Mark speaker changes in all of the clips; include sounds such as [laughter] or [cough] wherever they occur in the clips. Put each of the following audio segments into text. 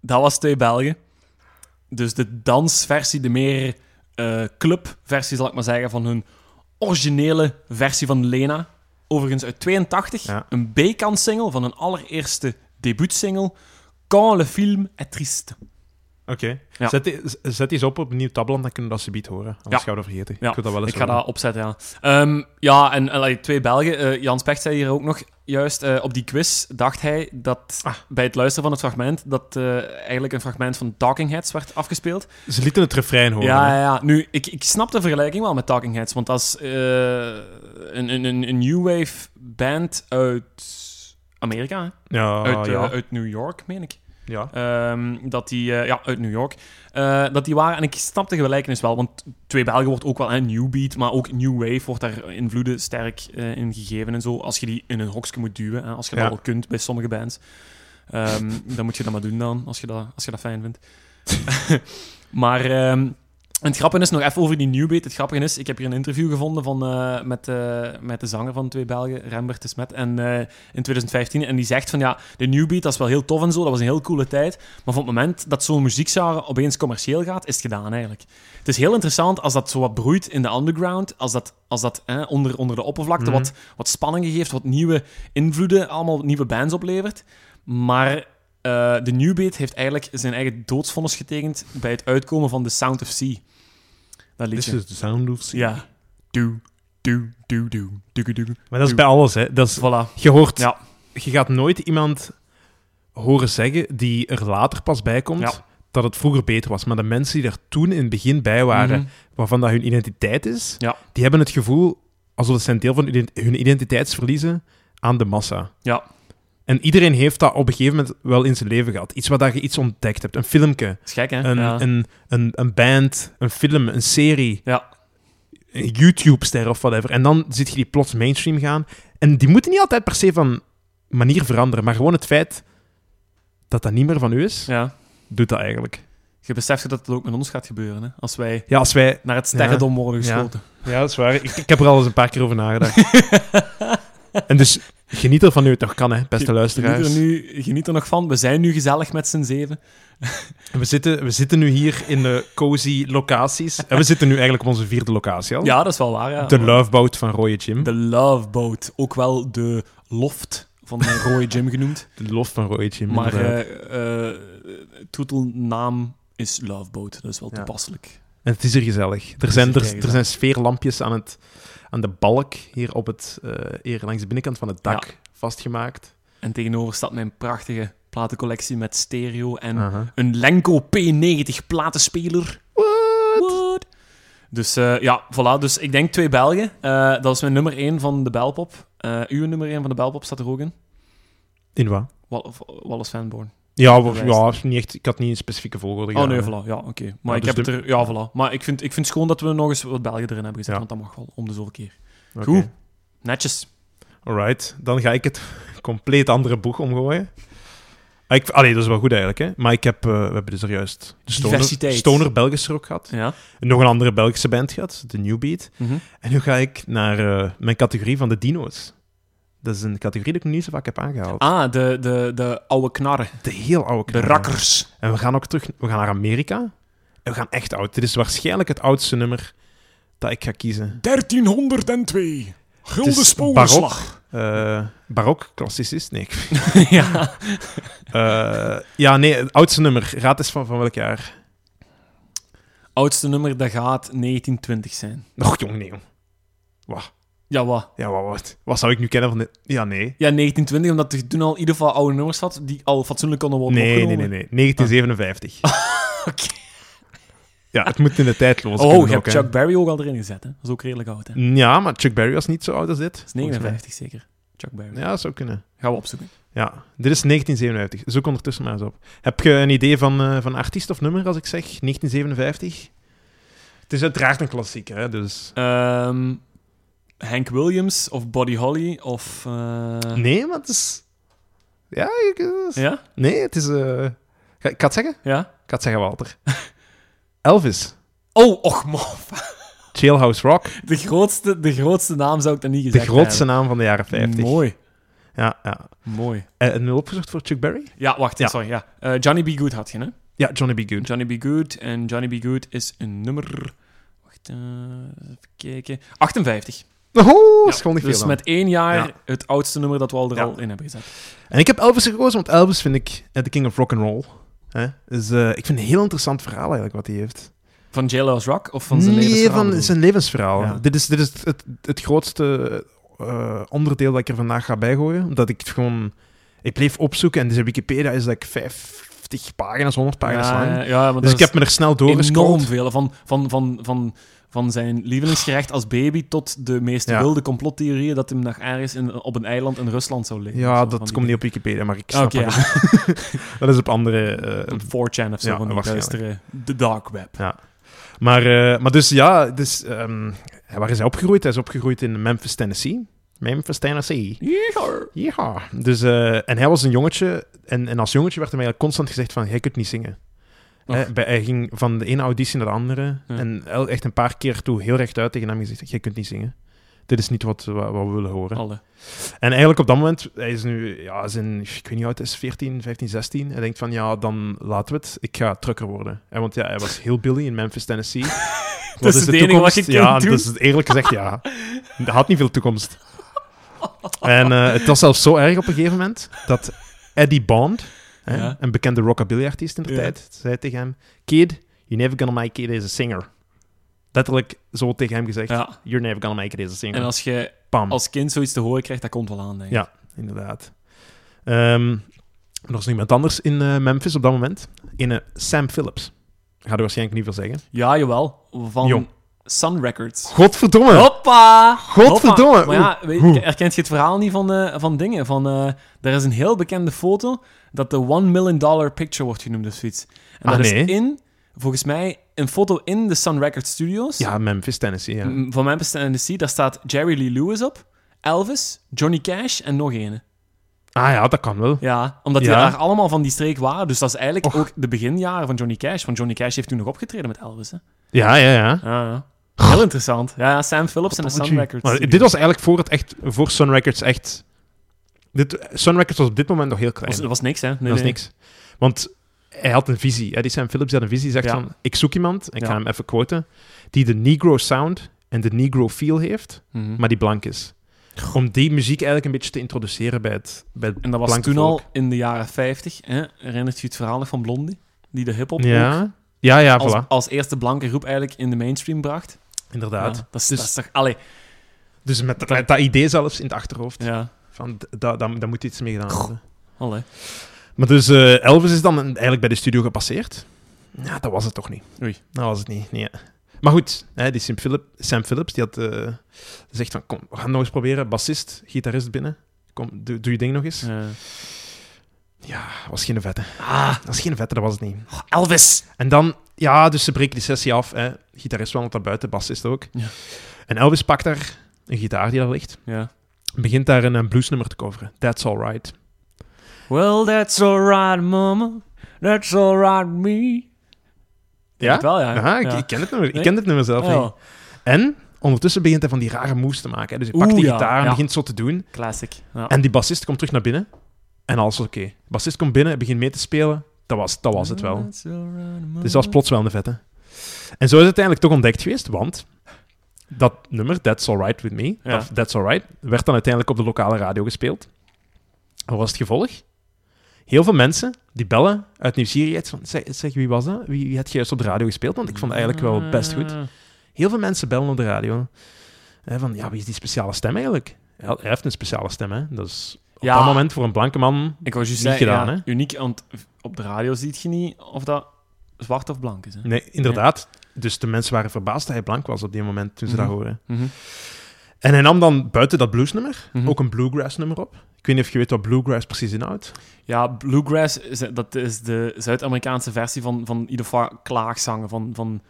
Speaker 1: dat was twee Belgen. Dus de dansversie, de meer eh, clubversie, zal ik maar zeggen, van hun originele versie van Lena. Overigens uit 82,
Speaker 2: Ja.
Speaker 1: een B-kant single van hun allereerste debuutsingle. Quand le film est triste.
Speaker 2: Oké.
Speaker 1: Ja.
Speaker 2: Zet, die- z- zet die eens op op een nieuw tabblad, dan kunnen we dat subiet horen. Anders
Speaker 1: Ja.
Speaker 2: gaan we dat vergeten.
Speaker 1: Ja,
Speaker 2: Ik wil dat wel eens
Speaker 1: Ik ga
Speaker 2: horen.
Speaker 1: dat opzetten, ja. Ehm, ja, en allee, twee Belgen. eh, Jan Specht zei hier ook nog juist, eh, op die quiz dacht hij dat
Speaker 2: Ah.
Speaker 1: bij het luisteren van het fragment, dat eh, eigenlijk een fragment van Talking Heads werd afgespeeld.
Speaker 2: Ze lieten het refrein horen.
Speaker 1: Ja,
Speaker 2: hè.
Speaker 1: ja, ja. Nu, ik, ik snap de vergelijking wel met Talking Heads, want dat is eh, een, een, een, een new wave band uit Amerika, hè?
Speaker 2: ja,
Speaker 1: uit, eh,
Speaker 2: Ah, ja.
Speaker 1: uit New York, meen ik.
Speaker 2: ja.
Speaker 1: Ehm, dat die, eh, ja, uit New York. Eh, dat die waren, en ik snap de gelijkenis wel, want Twee Belgen wordt ook wel een new beat, maar ook new wave wordt daar invloeden sterk eh, in gegeven en zo. Als je die in een hokje moet duwen, hè, als je dat
Speaker 2: Ja.
Speaker 1: al kunt bij sommige bands, ehm, [laughs] dan moet je dat maar doen dan, als je dat, als je dat fijn vindt. [laughs] maar ehm, en het grappige is nog even over die new beat. Het grappige is, ik heb hier een interview gevonden van, eh, met, eh, met de zanger van Twee Belgen, Rembert de Smet, en, eh, in 2015. En die zegt van ja, de new beat dat is wel heel tof en zo, dat was een heel coole tijd. Maar van het moment dat zo'n muziekgenre opeens commercieel gaat, is het gedaan eigenlijk. Het is heel interessant als dat zo wat broeit in de underground, als dat, als dat hè, onder, onder de oppervlakte
Speaker 2: Mhm.
Speaker 1: wat, wat spanningen geeft, wat nieuwe invloeden, allemaal nieuwe bands oplevert. Maar eh, de new beat heeft eigenlijk zijn eigen doodsvonnis getekend bij het uitkomen van The Sound of Sea. Dat
Speaker 2: This
Speaker 1: liedje.
Speaker 2: is the sound of sea.
Speaker 1: Ja. Doe, doe, doe, doe, doe, doe.
Speaker 2: Maar dat is bij alles, hè. Dat is,
Speaker 1: Voilà.
Speaker 2: je hoort...
Speaker 1: Ja.
Speaker 2: Je gaat nooit iemand horen zeggen die er later pas bij komt...
Speaker 1: Ja.
Speaker 2: Dat het vroeger beter was. Maar de mensen die er toen in het begin bij waren,
Speaker 1: Mhm.
Speaker 2: waarvan dat hun identiteit is,
Speaker 1: Ja.
Speaker 2: die hebben het gevoel alsof ze een deel van hun ident- hun identiteit verliezen aan de massa.
Speaker 1: Ja.
Speaker 2: En iedereen heeft dat op een gegeven moment wel in zijn leven gehad. Iets waar dat je iets ontdekt hebt. Een filmpje,
Speaker 1: Dat is gek, hè?
Speaker 2: een,
Speaker 1: ja.
Speaker 2: een, een, een band, een film, een serie,
Speaker 1: Ja.
Speaker 2: een YouTube-ster of whatever. En dan zit je die plots mainstream gaan. En die moeten niet altijd per se van manier veranderen, maar gewoon het feit dat dat niet meer van u is,
Speaker 1: ja.
Speaker 2: doet dat eigenlijk.
Speaker 1: Je beseft dat het ook met ons gaat gebeuren, hè? Als wij
Speaker 2: Ja, als wij...
Speaker 1: naar het sterrendom worden
Speaker 2: Ja.
Speaker 1: geschoten.
Speaker 2: Ja, dat is waar. Ik, ik heb er al eens een paar keer over
Speaker 1: [laughs]
Speaker 2: nagedacht. en dus geniet ervan nu het nog kan, hè, beste
Speaker 1: Geniet
Speaker 2: luisteraars.
Speaker 1: er, nu, geniet er nog van. We zijn nu gezellig met z'n zeven.
Speaker 2: We zitten, we zitten nu hier in de cozy locaties. En we zitten nu eigenlijk op onze vierde locatie al.
Speaker 1: Ja, dat is wel waar, ja.
Speaker 2: Oh. De loveboat van Roye Jim.
Speaker 1: De Love Boat. Ook wel de loft van eh, Roy Jim
Speaker 2: [laughs]
Speaker 1: genoemd.
Speaker 2: De lof van Roye Jim.
Speaker 1: Maar
Speaker 2: inderdaad.
Speaker 1: eh, eh, toetelnaam is Love Boat. Dat is wel
Speaker 2: Ja.
Speaker 1: toepasselijk.
Speaker 2: en het is hier gezellig. Er zijn,
Speaker 1: is
Speaker 2: er,
Speaker 1: hier
Speaker 2: er
Speaker 1: gezellig.
Speaker 2: zijn sfeerlampjes aan, het, aan de balk hier, op het, eh, hier langs de binnenkant van het dak vastgemaakt.
Speaker 1: En tegenover staat mijn prachtige platencollectie met stereo en
Speaker 2: Aha.
Speaker 1: een Lenko P90 platenspeler. What? Dus eh, ja, voilà. Dus ik denk twee Belgen. Eh, dat is mijn nummer 1 van de Belpop. Eh, uw nummer 1 van de Belpop staat er ook in.
Speaker 2: In wat?
Speaker 1: Wall- of- eh, Wallace Fanborn.
Speaker 2: Ja, we- ja niet echt, ik had niet een specifieke volgorde
Speaker 1: oh nee,
Speaker 2: gedaan, hè.
Speaker 1: voilà. Ja, oké. Maar
Speaker 2: Ja,
Speaker 1: ik
Speaker 2: dus
Speaker 1: heb
Speaker 2: de-
Speaker 1: het er... Ja, voilà. Maar ik vind, ik vind gewoon dat we nog eens wat Belgen erin hebben gezet.
Speaker 2: Ja.
Speaker 1: Want dat mag wel, om de zoveel keer.
Speaker 2: Oké.
Speaker 1: Goed. Netjes.
Speaker 2: Alright, dan ga ik het compleet andere boeg omgooien. Ah, Ik, allee, dat is wel goed eigenlijk, hè? Maar ik heb, eh, we hebben dus er juist de stoner,
Speaker 1: Diversiteit.
Speaker 2: stoner Belgische rock gehad.
Speaker 1: Ja.
Speaker 2: En nog een andere Belgische band gehad, de New Beat.
Speaker 1: Mhm.
Speaker 2: En nu ga ik naar eh, mijn categorie van de dino's. Dat is een categorie die ik nog niet zo vaak heb aangehaald.
Speaker 1: Ah, de, de, de oude knarren.
Speaker 2: De heel oude
Speaker 1: Ah, De
Speaker 2: knallen.
Speaker 1: rakkers.
Speaker 2: En we gaan ook terug we gaan naar Amerika. En we gaan echt oud. Dit is waarschijnlijk het oudste nummer dat ik ga kiezen.
Speaker 1: 1302.
Speaker 2: Het
Speaker 1: Gulden
Speaker 2: is barok, eh, barok, klassicist, nee. ik-
Speaker 1: [laughs] ja.
Speaker 2: Eh, ja, nee, het oudste nummer. Raad eens van, van welk jaar?
Speaker 1: Oudste nummer, dat gaat 1920 zijn.
Speaker 2: Och, jong, nee, jong. Wah.
Speaker 1: Ja, wat?
Speaker 2: Ja, wat, wat, wat zou ik nu kennen van dit? Ja, nee.
Speaker 1: Ja, 1920, omdat er toen al in ieder geval oude nummers had die al fatsoenlijk konden worden
Speaker 2: Nee, nee,
Speaker 1: opgenomen.
Speaker 2: nee, nee. 1957.
Speaker 1: [laughs] Oké.
Speaker 2: Ja, het moet in de tijdloze
Speaker 1: Oh,
Speaker 2: kunnen
Speaker 1: je
Speaker 2: ook,
Speaker 1: hebt
Speaker 2: hè.
Speaker 1: Chuck Berry ook al erin gezet, hè? Dat is ook redelijk oud, hè? Dat
Speaker 2: Ja, maar Chuck Berry was niet zo oud als dit.
Speaker 1: is
Speaker 2: volgens mij.
Speaker 1: 59 zeker, Chuck Berry.
Speaker 2: Ja, zou kunnen.
Speaker 1: Gaan we opzoeken.
Speaker 2: Ja, dit is 1957. Zoek ondertussen maar eens op. Heb je een idee van, eh, van artiest of nummer als ik zeg 1957? Het is uiteraard een klassieker, hè, dus...
Speaker 1: Ehm, Hank Williams of Buddy Holly of... eh,
Speaker 2: Nee, maar het is... Ja, ik- het is-
Speaker 1: Ja?
Speaker 2: Nee, het is... eh, ga- Ik ga het zeggen?
Speaker 1: Ja?
Speaker 2: Ik ga het zeggen, Walter. [laughs] Elvis.
Speaker 1: Oh, och, mof.
Speaker 2: Jailhouse Rock.
Speaker 1: De grootste, de grootste naam zou ik dan niet
Speaker 2: De
Speaker 1: gezegd
Speaker 2: grootste naam van de jaren 50.
Speaker 1: Mooi.
Speaker 2: Ja, ja.
Speaker 1: Mooi.
Speaker 2: Eh, een hulp gezocht voor Chuck Berry?
Speaker 1: Ja, wacht,
Speaker 2: Ja.
Speaker 1: sorry. Ja. Eh, Johnny B. Good had je, hè?
Speaker 2: Ja, Johnny B. Good.
Speaker 1: Johnny B. Good. En Johnny B. Good is een nummer... Wacht, eh, even kijken. 58.
Speaker 2: Oh,
Speaker 1: Ja,
Speaker 2: is gewoon niet veel
Speaker 1: dus
Speaker 2: dan.
Speaker 1: met één jaar
Speaker 2: Ja.
Speaker 1: het oudste nummer dat we al er
Speaker 2: Ja.
Speaker 1: al in hebben gezet.
Speaker 2: En ik heb Elvis gekozen, want Elvis vind ik eh, de king of rock and roll. Hè? Dus eh, ik vind een heel interessant verhaal eigenlijk wat hij heeft.
Speaker 1: Van Jailhouse Rock of van zijn
Speaker 2: nee,
Speaker 1: levensverhaal
Speaker 2: van
Speaker 1: bedoel je?
Speaker 2: zijn levensverhaal.
Speaker 1: Ja.
Speaker 2: Dit is, dit is het, het grootste eh, onderdeel dat ik er vandaag ga bijgooien. Omdat ik het gewoon... Ik bleef opzoeken en deze Wikipedia is like 50 pagina's, 100 pagina's
Speaker 1: ja,
Speaker 2: lang.
Speaker 1: ja, ja, maar
Speaker 2: Dus ik
Speaker 1: dat
Speaker 2: heb me er snel
Speaker 1: is enorm
Speaker 2: doorgescrollt.
Speaker 1: veel. Van, van, van, van, van zijn lievelingsgerecht als baby tot de meest
Speaker 2: Ja.
Speaker 1: wilde complottheorieën dat hem nog ergens in, op een eiland in Rusland zou liggen.
Speaker 2: Ja,
Speaker 1: Zo, van
Speaker 2: dat
Speaker 1: die-
Speaker 2: komt niet op Wikipedia, maar ik
Speaker 1: Ah,
Speaker 2: snap
Speaker 1: Oké,
Speaker 2: het.
Speaker 1: ja.
Speaker 2: Dat is op andere... eh,
Speaker 1: [laughs] Op 4chan of zo,
Speaker 2: Ja,
Speaker 1: van die
Speaker 2: waarschijnlijk.
Speaker 1: duistere... De dark web.
Speaker 2: Maar, eh, maar dus ja, dus, ehm, waar is hij opgegroeid? Hij is opgegroeid in Memphis, Tennessee. Memphis, Tennessee. Ja. Dus, eh, en hij was een jongetje. En, en als jongetje werd hem eigenlijk constant gezegd van, jij kunt niet zingen.
Speaker 1: Och.
Speaker 2: Hè, bij, hij ging van de ene auditie naar de andere.
Speaker 1: Ja.
Speaker 2: En el- echt een paar keer toe heel rechtuit tegen hem gezegd, jij kunt niet zingen. Dit is niet wat, wat, wat we willen horen.
Speaker 1: Alle.
Speaker 2: En eigenlijk op dat moment, hij is nu, ja, zijn, ik weet niet hoe oud hij is, 14, 15, 16. Hij denkt van, ja, dan laten we het. Ik ga trucker worden. En want ja, hij was heel Billy in
Speaker 1: [laughs]
Speaker 2: Memphis, Tennessee. Wat
Speaker 1: is het enige wat je kunt
Speaker 2: Ja,
Speaker 1: doen.
Speaker 2: dus eerlijk gezegd, ja. Hij had niet veel toekomst. En eh, het was zelfs zo erg op een gegeven moment, dat Eddie Bond, hè,
Speaker 1: Ja.
Speaker 2: een bekende rockabilly-artiest in de
Speaker 1: Ja.
Speaker 2: tijd, zei tegen hem, kid, you're never gonna make it as a singer. Letterlijk zo tegen hem gezegd,
Speaker 1: Ja.
Speaker 2: you're never gonna make it as a singer.
Speaker 1: En als je
Speaker 2: Pam.
Speaker 1: als kind zoiets te horen krijgt, dat komt wel aan, denk ik.
Speaker 2: Ja. inderdaad. Ehm, er was nog iemand anders in eh, Memphis op dat moment. In eh, Sam Phillips. Ga er waarschijnlijk niet veel zeggen.
Speaker 1: Ja, jawel. Van
Speaker 2: Jong.
Speaker 1: Sun Records.
Speaker 2: Godverdomme!
Speaker 1: Hoppa!
Speaker 2: Godverdomme.
Speaker 1: Hoppa. Maar ja, weet-
Speaker 2: Oeh.
Speaker 1: herkent je het verhaal niet van, eh, van dingen? Van, eh, er is een heel bekende foto dat de 1 million dollar picture wordt genoemd of zoiets. En
Speaker 2: Ah,
Speaker 1: dat
Speaker 2: nee.
Speaker 1: is in, volgens mij, een foto in de Sun Records Studios.
Speaker 2: Ja, Memphis, Tennessee. Ja.
Speaker 1: M- Van Memphis, Tennessee. Daar staat Jerry Lee Lewis op, Elvis, Johnny Cash en nog een.
Speaker 2: Ah ja, dat kan wel.
Speaker 1: Ja, omdat
Speaker 2: Ja.
Speaker 1: die daar allemaal van die streek waren. Dus dat is eigenlijk ook de beginjaren van Johnny Cash. Want Johnny Cash heeft toen nog opgetreden met Elvis. Hè?
Speaker 2: Ja, ja, ja.
Speaker 1: Ja, ja. Heel interessant. Ja, ja, Sam Phillips en de Sun Records.
Speaker 2: Maar dit was eigenlijk voor, het echt, voor Sun Records echt... Dit, Sun Records was op dit moment nog heel klein.
Speaker 1: was,
Speaker 2: dat
Speaker 1: was niks, hè? Nee,
Speaker 2: is
Speaker 1: nee.
Speaker 2: niks. Want hij had een visie. Hè? Die Sam Phillips had een visie. Die zegt
Speaker 1: Ja.
Speaker 2: van, ik zoek iemand, ik
Speaker 1: Ja.
Speaker 2: ga hem even quoten, die de Negro sound en de Negro feel heeft.
Speaker 1: Mhm.
Speaker 2: maar die blank is. Om die muziek eigenlijk een beetje te introduceren bij het, bij het
Speaker 1: En dat was
Speaker 2: blanke
Speaker 1: toen
Speaker 2: volk.
Speaker 1: al in de jaren 50. Hè? Herinnert je het verhaal nog van Blondie? Die de hip-hop ook
Speaker 2: Ja, ja, ja,
Speaker 1: als,
Speaker 2: voilà.
Speaker 1: als eerste blanke groep eigenlijk in de mainstream bracht. Ja,
Speaker 2: Inderdaad.
Speaker 1: dat, is,
Speaker 2: Dus-
Speaker 1: dat is toch. Allee,
Speaker 2: Dus met, met dat idee zelfs in het achterhoofd.
Speaker 1: ja.
Speaker 2: Van, d- daar daar- daar moet iets mee gedaan worden.
Speaker 1: Allee.
Speaker 2: Maar dus eh, Elvis is dan een- eigenlijk bij de studio gepasseerd. Ja, dat was het toch niet.
Speaker 1: Oei.
Speaker 2: Dat was het niet, nee. Maar goed, hè, die Sam, Philip, Sam Phillips die had eh, gezegd van, kom, we gaan het nog eens proberen. Bassist, gitarist binnen. Kom, doe, doe je ding nog eens.
Speaker 1: Eh,
Speaker 2: Dat was geen vette.
Speaker 1: Ah,
Speaker 2: Dat was geen vette, dat was het niet.
Speaker 1: Elvis!
Speaker 2: En dan, ja, dus ze breken die sessie af. Hè. Gitarist wandelt daar buiten, bassist ook.
Speaker 1: Ja.
Speaker 2: En Elvis pakt daar een gitaar die daar ligt.
Speaker 1: Ja.
Speaker 2: en Begint daar een, eh, bluesnummer te coveren. That's alright.
Speaker 1: Well, that's alright, mama. That's alright, me.
Speaker 2: Ja?
Speaker 1: Het wel, ja.
Speaker 2: Aha, ik,
Speaker 1: ja.
Speaker 2: ik ken het nummer. Ik
Speaker 1: Nee?
Speaker 2: ken dit nummer zelf
Speaker 1: Oh,
Speaker 2: niet. En ondertussen begint hij van die rare moves te maken. Hè. Dus hij pakt
Speaker 1: Oeh,
Speaker 2: die
Speaker 1: ja,
Speaker 2: gitaar en
Speaker 1: ja.
Speaker 2: begint zo te doen.
Speaker 1: classic. Ja.
Speaker 2: En die bassist komt terug naar binnen. En alles is oké. De bassist komt binnen, begint mee te spelen. Dat was, dat was het wel.
Speaker 1: That's alright, mama.
Speaker 2: Dus dat was plots wel een vette. En zo is het uiteindelijk toch ontdekt geweest, want dat nummer, That's Alright With Me,
Speaker 1: Ja.
Speaker 2: of That's Alright, werd dan uiteindelijk op de lokale radio gespeeld. Wat was het gevolg? Heel veel mensen die bellen uit nieuwsgierigheid van, zeg, zeg wie was dat? Wie, wie had je juist op de radio gespeeld? Want ik vond het eigenlijk wel best goed.
Speaker 1: Ah.
Speaker 2: Heel veel mensen bellen op de radio. Hè, van, ja, wie is die speciale stem eigenlijk? Hij hij heeft een speciale stem, hè. Dat is op
Speaker 1: Ja.
Speaker 2: dat moment voor een blanke man...
Speaker 1: Ik was juist
Speaker 2: Niet
Speaker 1: zeggen,
Speaker 2: gedaan,
Speaker 1: ja,
Speaker 2: hè?
Speaker 1: uniek, want op de radio ziet je niet of dat zwart of blank is. Hè?
Speaker 2: Nee, inderdaad. Dus de mensen waren verbaasd dat hij blank was op die moment toen ze
Speaker 1: Mhm.
Speaker 2: dat horen.
Speaker 1: Mhm.
Speaker 2: En hij nam dan buiten dat bluesnummer
Speaker 1: Mhm.
Speaker 2: ook een bluegrass-nummer op. Ik weet niet of je weet wat bluegrass precies inhoudt.
Speaker 1: Ja, bluegrass, is- dat is de Zuid-Amerikaanse versie van, van in ieder geval klaagzangen. Van, van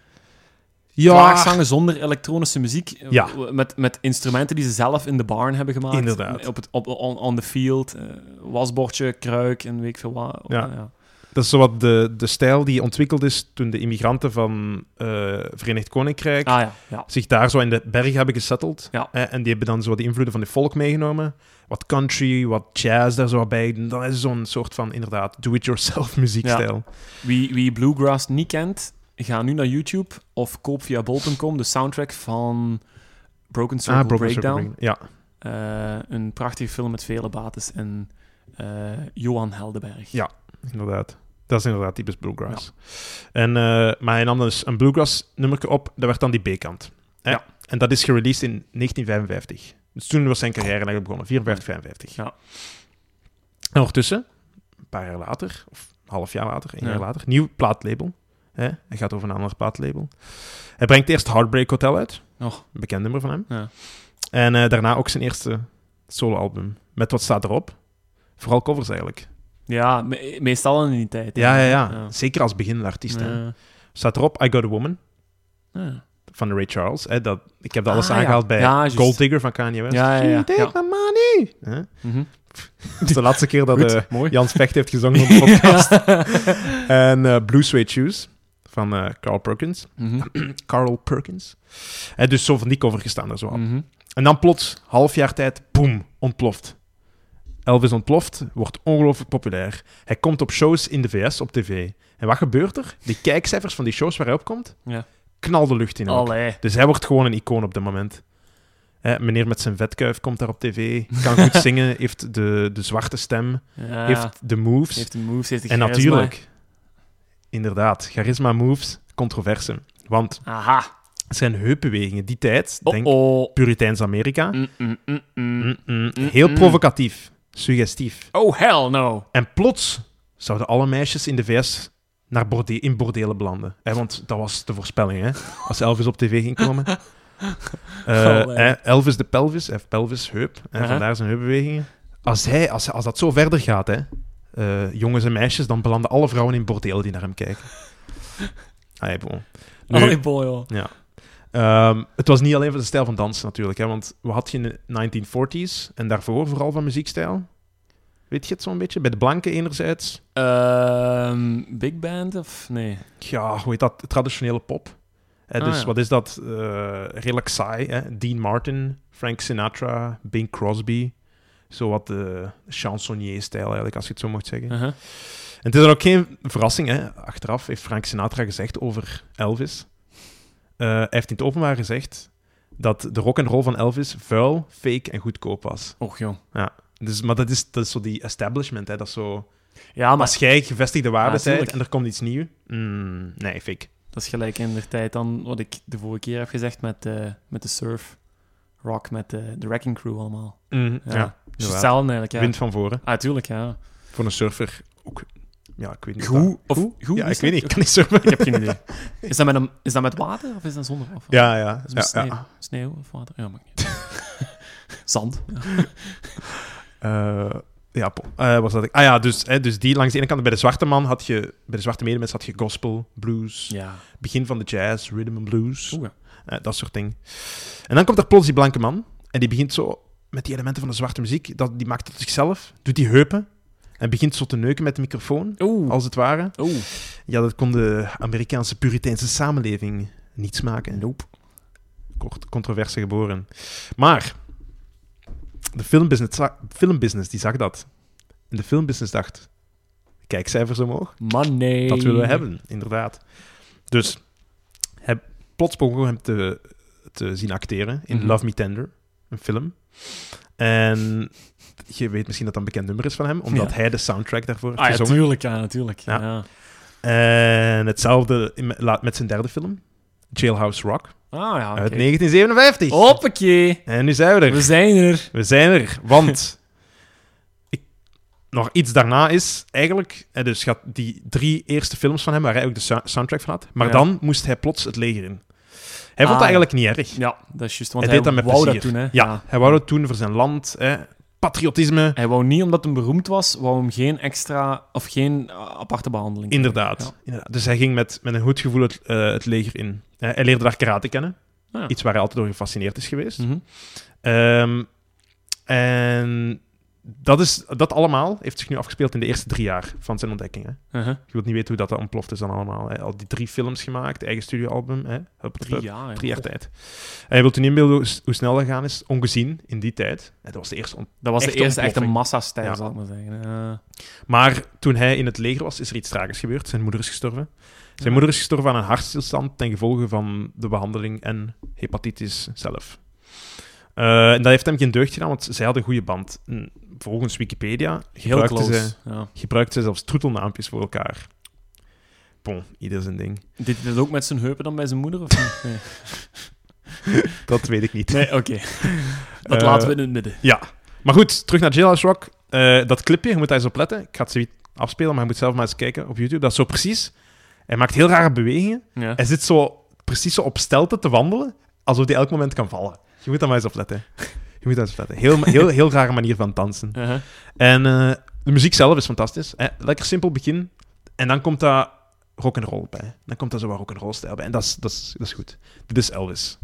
Speaker 1: klaagzangen zonder elektronische muziek. eh,
Speaker 2: Ja.
Speaker 1: w- Met, met instrumenten die ze zelf in de barn hebben gemaakt.
Speaker 2: Inderdaad.
Speaker 1: Op het, op, on, on the field, eh, wasbordje, kruik en weet ik veel wat.
Speaker 2: Ja.
Speaker 1: ja.
Speaker 2: Dat is zowat de, de stijl die ontwikkeld is toen de immigranten van eh, Verenigd Koninkrijk
Speaker 1: Ah ja, ja.
Speaker 2: zich daar zo in de bergen hebben gesetteld.
Speaker 1: Ja.
Speaker 2: Eh, en die hebben dan zo de invloeden van de folk meegenomen. Wat country, wat jazz daar zo wat bij. En Dan is het zo'n soort van, inderdaad, do-it-yourself [laughs] muziekstijl.
Speaker 1: Wie, wie Bluegrass niet kent, ga nu naar YouTube of koop via bol.com de soundtrack van Broken Circle
Speaker 2: Ah, Broken Circle
Speaker 1: Breakdown.
Speaker 2: Breakdown. Ja.
Speaker 1: Eh, een prachtige film met vele bates en eh, Johan Heldenberg.
Speaker 2: Ja. inderdaad. Dat is inderdaad typisch bluegrass. En, eh, maar hij nam dus een bluegrass nummerke op, dat werd dan die B-kant. Hè?
Speaker 1: Ja.
Speaker 2: En dat is gereleased in 1955. Dus toen was zijn carrière eigenlijk begonnen, 54, 55.
Speaker 1: Ja.
Speaker 2: En ondertussen, een paar jaar later, of een half jaar later, een
Speaker 1: Ja.
Speaker 2: jaar later, nieuw plaatlabel. Hè? Hij gaat over een ander plaatlabel. Hij brengt eerst Heartbreak Hotel uit,
Speaker 1: Och.
Speaker 2: een bekend nummer van hem.
Speaker 1: Ja.
Speaker 2: En eh, daarna ook zijn eerste soloalbum. Met wat staat erop? Vooral covers eigenlijk.
Speaker 1: Ja, me- meestal in die tijd. hè.
Speaker 2: Ja, ja, ja. Zeker als beginnende artiest. hè.
Speaker 1: Ja.
Speaker 2: Staat erop I Got a Woman
Speaker 1: Ja.
Speaker 2: van Ray Charles. Hè, dat, ik heb dat alles
Speaker 1: Ah, ja.
Speaker 2: aangehaald bij
Speaker 1: Ja, juist.
Speaker 2: Gold Digger van Kanye West.
Speaker 1: Ja, ja, ja.
Speaker 2: She take my money. Hè?
Speaker 1: Mhm.
Speaker 2: Dat is de laatste keer dat
Speaker 1: Goed,
Speaker 2: eh,
Speaker 1: [laughs] mooi.
Speaker 2: Jan Specht heeft gezongen op de podcast. en eh, Blue Suede Shoes van eh, Carl Perkins.
Speaker 1: Mhm.
Speaker 2: Carl Perkins. Hè, dus zo van die cover gestaan er zo aan.
Speaker 1: Mhm.
Speaker 2: En dan plots, half jaar tijd, boem, ontploft. Elvis ontploft, wordt ongelooflijk populair. Hij komt op shows in de VS op tv. En wat gebeurt er? Die kijkcijfers van die shows waar hij op komt,
Speaker 1: Ja.
Speaker 2: knal de lucht in. ook.
Speaker 1: Allee.
Speaker 2: Dus hij wordt gewoon een icoon op dit moment. Hè, meneer met zijn vetkuif komt daar op tv, kan goed
Speaker 1: [laughs]
Speaker 2: zingen, heeft de, de zwarte stem,
Speaker 1: Ja.
Speaker 2: heeft de moves.
Speaker 1: Heeft de moves, heeft de
Speaker 2: en
Speaker 1: charisma.
Speaker 2: natuurlijk, inderdaad, charisma moves, controverse. Want
Speaker 1: Aha.
Speaker 2: zijn heupbewegingen die tijd, denk
Speaker 1: Oh-oh.
Speaker 2: Puriteins Amerika,
Speaker 1: Mm, mm, mm, Oh, mm.
Speaker 2: Mm-mm.
Speaker 1: Mm-mm.
Speaker 2: Heel provocatief, suggestief.
Speaker 1: Oh, hell no.
Speaker 2: En plots zouden alle meisjes in de VS naar borde in bordelen belanden. Hè, want dat was de voorspelling, hè? Als Elvis op tv ging komen. Eh,
Speaker 1: Allee.
Speaker 2: hè, Elvis de pelvis, hè, pelvis heup. En
Speaker 1: Aha.
Speaker 2: vandaar zijn heupbewegingen. Als, hij, als, als dat zo verder gaat, hè, eh, jongens en meisjes, dan belanden alle vrouwen in bordelen die naar hem kijken. Allee, bon. Nu-
Speaker 1: Allee, boy, hoor.
Speaker 2: Ehm, het was niet alleen voor de stijl van dansen natuurlijk, hè, want we hadden je in de 1940s en daarvoor vooral van muziekstijl. Weet je het zo'n beetje? Bij de blanken enerzijds.
Speaker 1: Ehm, big band of nee?
Speaker 2: Ja, hoe heet dat? Traditionele pop. Hè,
Speaker 1: Ah,
Speaker 2: dus
Speaker 1: ja.
Speaker 2: wat is dat? Eh, redelijk saai. Hè? Dean Martin, Frank Sinatra, Bing Crosby. Zo wat de chansonnier-stijl eigenlijk, als je het zo mocht zeggen.
Speaker 1: Uh-huh.
Speaker 2: En het is dan ook geen verrassing, hè? Achteraf heeft Frank Sinatra gezegd over Elvis. Eh, hij heeft in het openbaar gezegd dat de rock and roll van Elvis vuil, fake en goedkoop was.
Speaker 1: Och jong.
Speaker 2: Dus, maar dat is, dat is zo die establishment, hè? Dat is zo...
Speaker 1: Ja, maar
Speaker 2: Als jij gevestigde waarde
Speaker 1: Ah, tuurlijk.
Speaker 2: bent en er komt iets nieuws... Mm, nee, fake.
Speaker 1: dat is gelijk in de tijd dan wat ik de vorige keer heb gezegd met, eh, met de surf rock, met eh, de Wrecking Crew allemaal.
Speaker 2: Mm,
Speaker 1: Ja.
Speaker 2: ja,
Speaker 1: Dus
Speaker 2: jawel.
Speaker 1: hetzelfde eigenlijk, ja.
Speaker 2: Wind van voren.
Speaker 1: Ah, tuurlijk, ja.
Speaker 2: Voor een surfer ook... Ja, ik weet niet.
Speaker 1: Goed?
Speaker 2: Of,
Speaker 1: Of, goed
Speaker 2: ja,
Speaker 1: is
Speaker 2: ik
Speaker 1: dat?
Speaker 2: weet niet. Ik kan niet
Speaker 1: [laughs]
Speaker 2: surfen.
Speaker 1: Ik heb geen
Speaker 2: [laughs]
Speaker 1: idee. Is dat met, een, is dat met water of is dat zonder? Of,
Speaker 2: Ja, ja.
Speaker 1: Is het
Speaker 2: ja,
Speaker 1: met sneeuw,
Speaker 2: ja.
Speaker 1: sneeuw of water? Ja, maakt niet. uit. [laughs] Zand.
Speaker 2: Eh, ja, po- eh, was dat ik? Ah ja, dus, hè, dus die langs de ene kant bij de zwarte man had je, bij de zwarte medemens had je gospel, blues,
Speaker 1: Ja.
Speaker 2: begin van de jazz, rhythm and blues,
Speaker 1: Oeh, ja.
Speaker 2: eh, dat soort dingen. En dan komt er plots die blanke man en die begint zo met die elementen van de zwarte muziek, dat, die maakt het zichzelf, doet die heupen en begint zo te neuken met de microfoon,
Speaker 1: Oeh.
Speaker 2: als het ware.
Speaker 1: Oeh.
Speaker 2: Ja, dat kon de Amerikaanse Puriteinse samenleving niets maken.
Speaker 1: Nope.
Speaker 2: Kort controverse geboren. Maar de filmbusiness, za- filmbusiness die zag dat. En de filmbusiness dacht: kijkcijfers omhoog.
Speaker 1: Money.
Speaker 2: Dat willen we hebben, inderdaad. Dus heb, plots begon hem te, te zien acteren in
Speaker 1: Mhm.
Speaker 2: Love Me Tender, een film. En je weet misschien dat dat een bekend nummer is van hem, omdat
Speaker 1: Ja.
Speaker 2: hij de soundtrack daarvoor heeft
Speaker 1: Ah, ja,
Speaker 2: gezongen.
Speaker 1: natuurlijk, ja, natuurlijk. Ja.
Speaker 2: Ja. En hetzelfde in- laat- met zijn derde film, Jailhouse Rock,
Speaker 1: Ah, ja, oké.
Speaker 2: uit 1957.
Speaker 1: Hoppakee.
Speaker 2: En nu zijn we er.
Speaker 1: We zijn er.
Speaker 2: We zijn er, want [laughs] ik, nog iets daarna is eigenlijk, hè, dus gaat die drie eerste films van hem, waar hij ook de sou- soundtrack van had, maar
Speaker 1: Ja.
Speaker 2: dan moest hij plots het leger in. Hij
Speaker 1: Ah,
Speaker 2: vond dat eigenlijk niet erg.
Speaker 1: Ja, dat is juist. Want hij,
Speaker 2: Hij deed dat met
Speaker 1: wou dat
Speaker 2: plezier.
Speaker 1: toen, hè.
Speaker 2: Ja, hij wou dat doen voor zijn land, hè, patriotisme,
Speaker 1: Hij wou niet omdat hij beroemd was, wou hem geen extra of geen eh, aparte behandeling.
Speaker 2: inderdaad.
Speaker 1: Ja.
Speaker 2: Inderdaad. Dus hij ging met, met een goed gevoel het, eh, het leger in. Hè, hij leerde daar karate kennen,
Speaker 1: Ah.
Speaker 2: iets waar hij altijd door gefascineerd is geweest.
Speaker 1: Mhm.
Speaker 2: Ehm, en dat, is, dat allemaal heeft zich nu afgespeeld in de eerste drie jaar van zijn ontdekking. Hè.
Speaker 1: Uh-huh.
Speaker 2: Je wilt niet weten hoe dat ontploft is dan allemaal. Hè. Al die drie films gemaakt, eigen studioalbum. Hè. Hup, hup,
Speaker 1: Drie
Speaker 2: hup.
Speaker 1: jaar.
Speaker 2: Drie jaar tijd. En je wilt je niet inbeelden hoe, hoe snel dat gaan is, ongezien in die tijd. En dat was de eerste ont-
Speaker 1: Dat was
Speaker 2: Echte
Speaker 1: de eerste echte
Speaker 2: ontploffing.
Speaker 1: massastijl,
Speaker 2: Ja.
Speaker 1: zal ik maar zeggen. Eh,
Speaker 2: Maar toen hij in het leger was, is er iets tragisch gebeurd. Zijn moeder is gestorven. Zijn
Speaker 1: Ja.
Speaker 2: moeder is gestorven aan een hartstilstand ten gevolge van de behandeling en hepatitis zelf. Eh, en dat heeft hem geen deugd gedaan, want zij had een goede band. En Volgens Wikipedia
Speaker 1: heel
Speaker 2: gebruikten
Speaker 1: close.
Speaker 2: ze,
Speaker 1: Ja.
Speaker 2: gebruikten ze zelfs troetelnaampjes voor elkaar. Bon, ieder zijn ding.
Speaker 1: Deed hij dat ook met zijn heupen dan bij zijn moeder? Of niet? Nee,
Speaker 2: Dat weet ik niet.
Speaker 1: Nee, oké. [laughs] Dat
Speaker 2: Eh,
Speaker 1: laten we in het midden.
Speaker 2: Maar goed, terug naar Jailhouse Rock. Eh, dat clipje, je moet daar eens op letten. Ik ga het zo afspelen, maar je moet zelf maar eens kijken op YouTube. Dat is zo precies. Hij maakt heel rare bewegingen.
Speaker 1: Ja.
Speaker 2: Hij zit zo precies zo op stelten te wandelen, alsof hij elk moment kan vallen. Je moet daar maar eens op letten. Je moet daar eens op letten. Heel, heel, heel rare manier van dansen.
Speaker 1: Uh-huh.
Speaker 2: En eh, de muziek zelf is fantastisch. hè. Lekker simpel begin. En dan komt daar rock and roll bij. Dan komt daar zo wat rock and roll stijl bij. En dat is, dat, is, dat is goed. Dit is Elvis.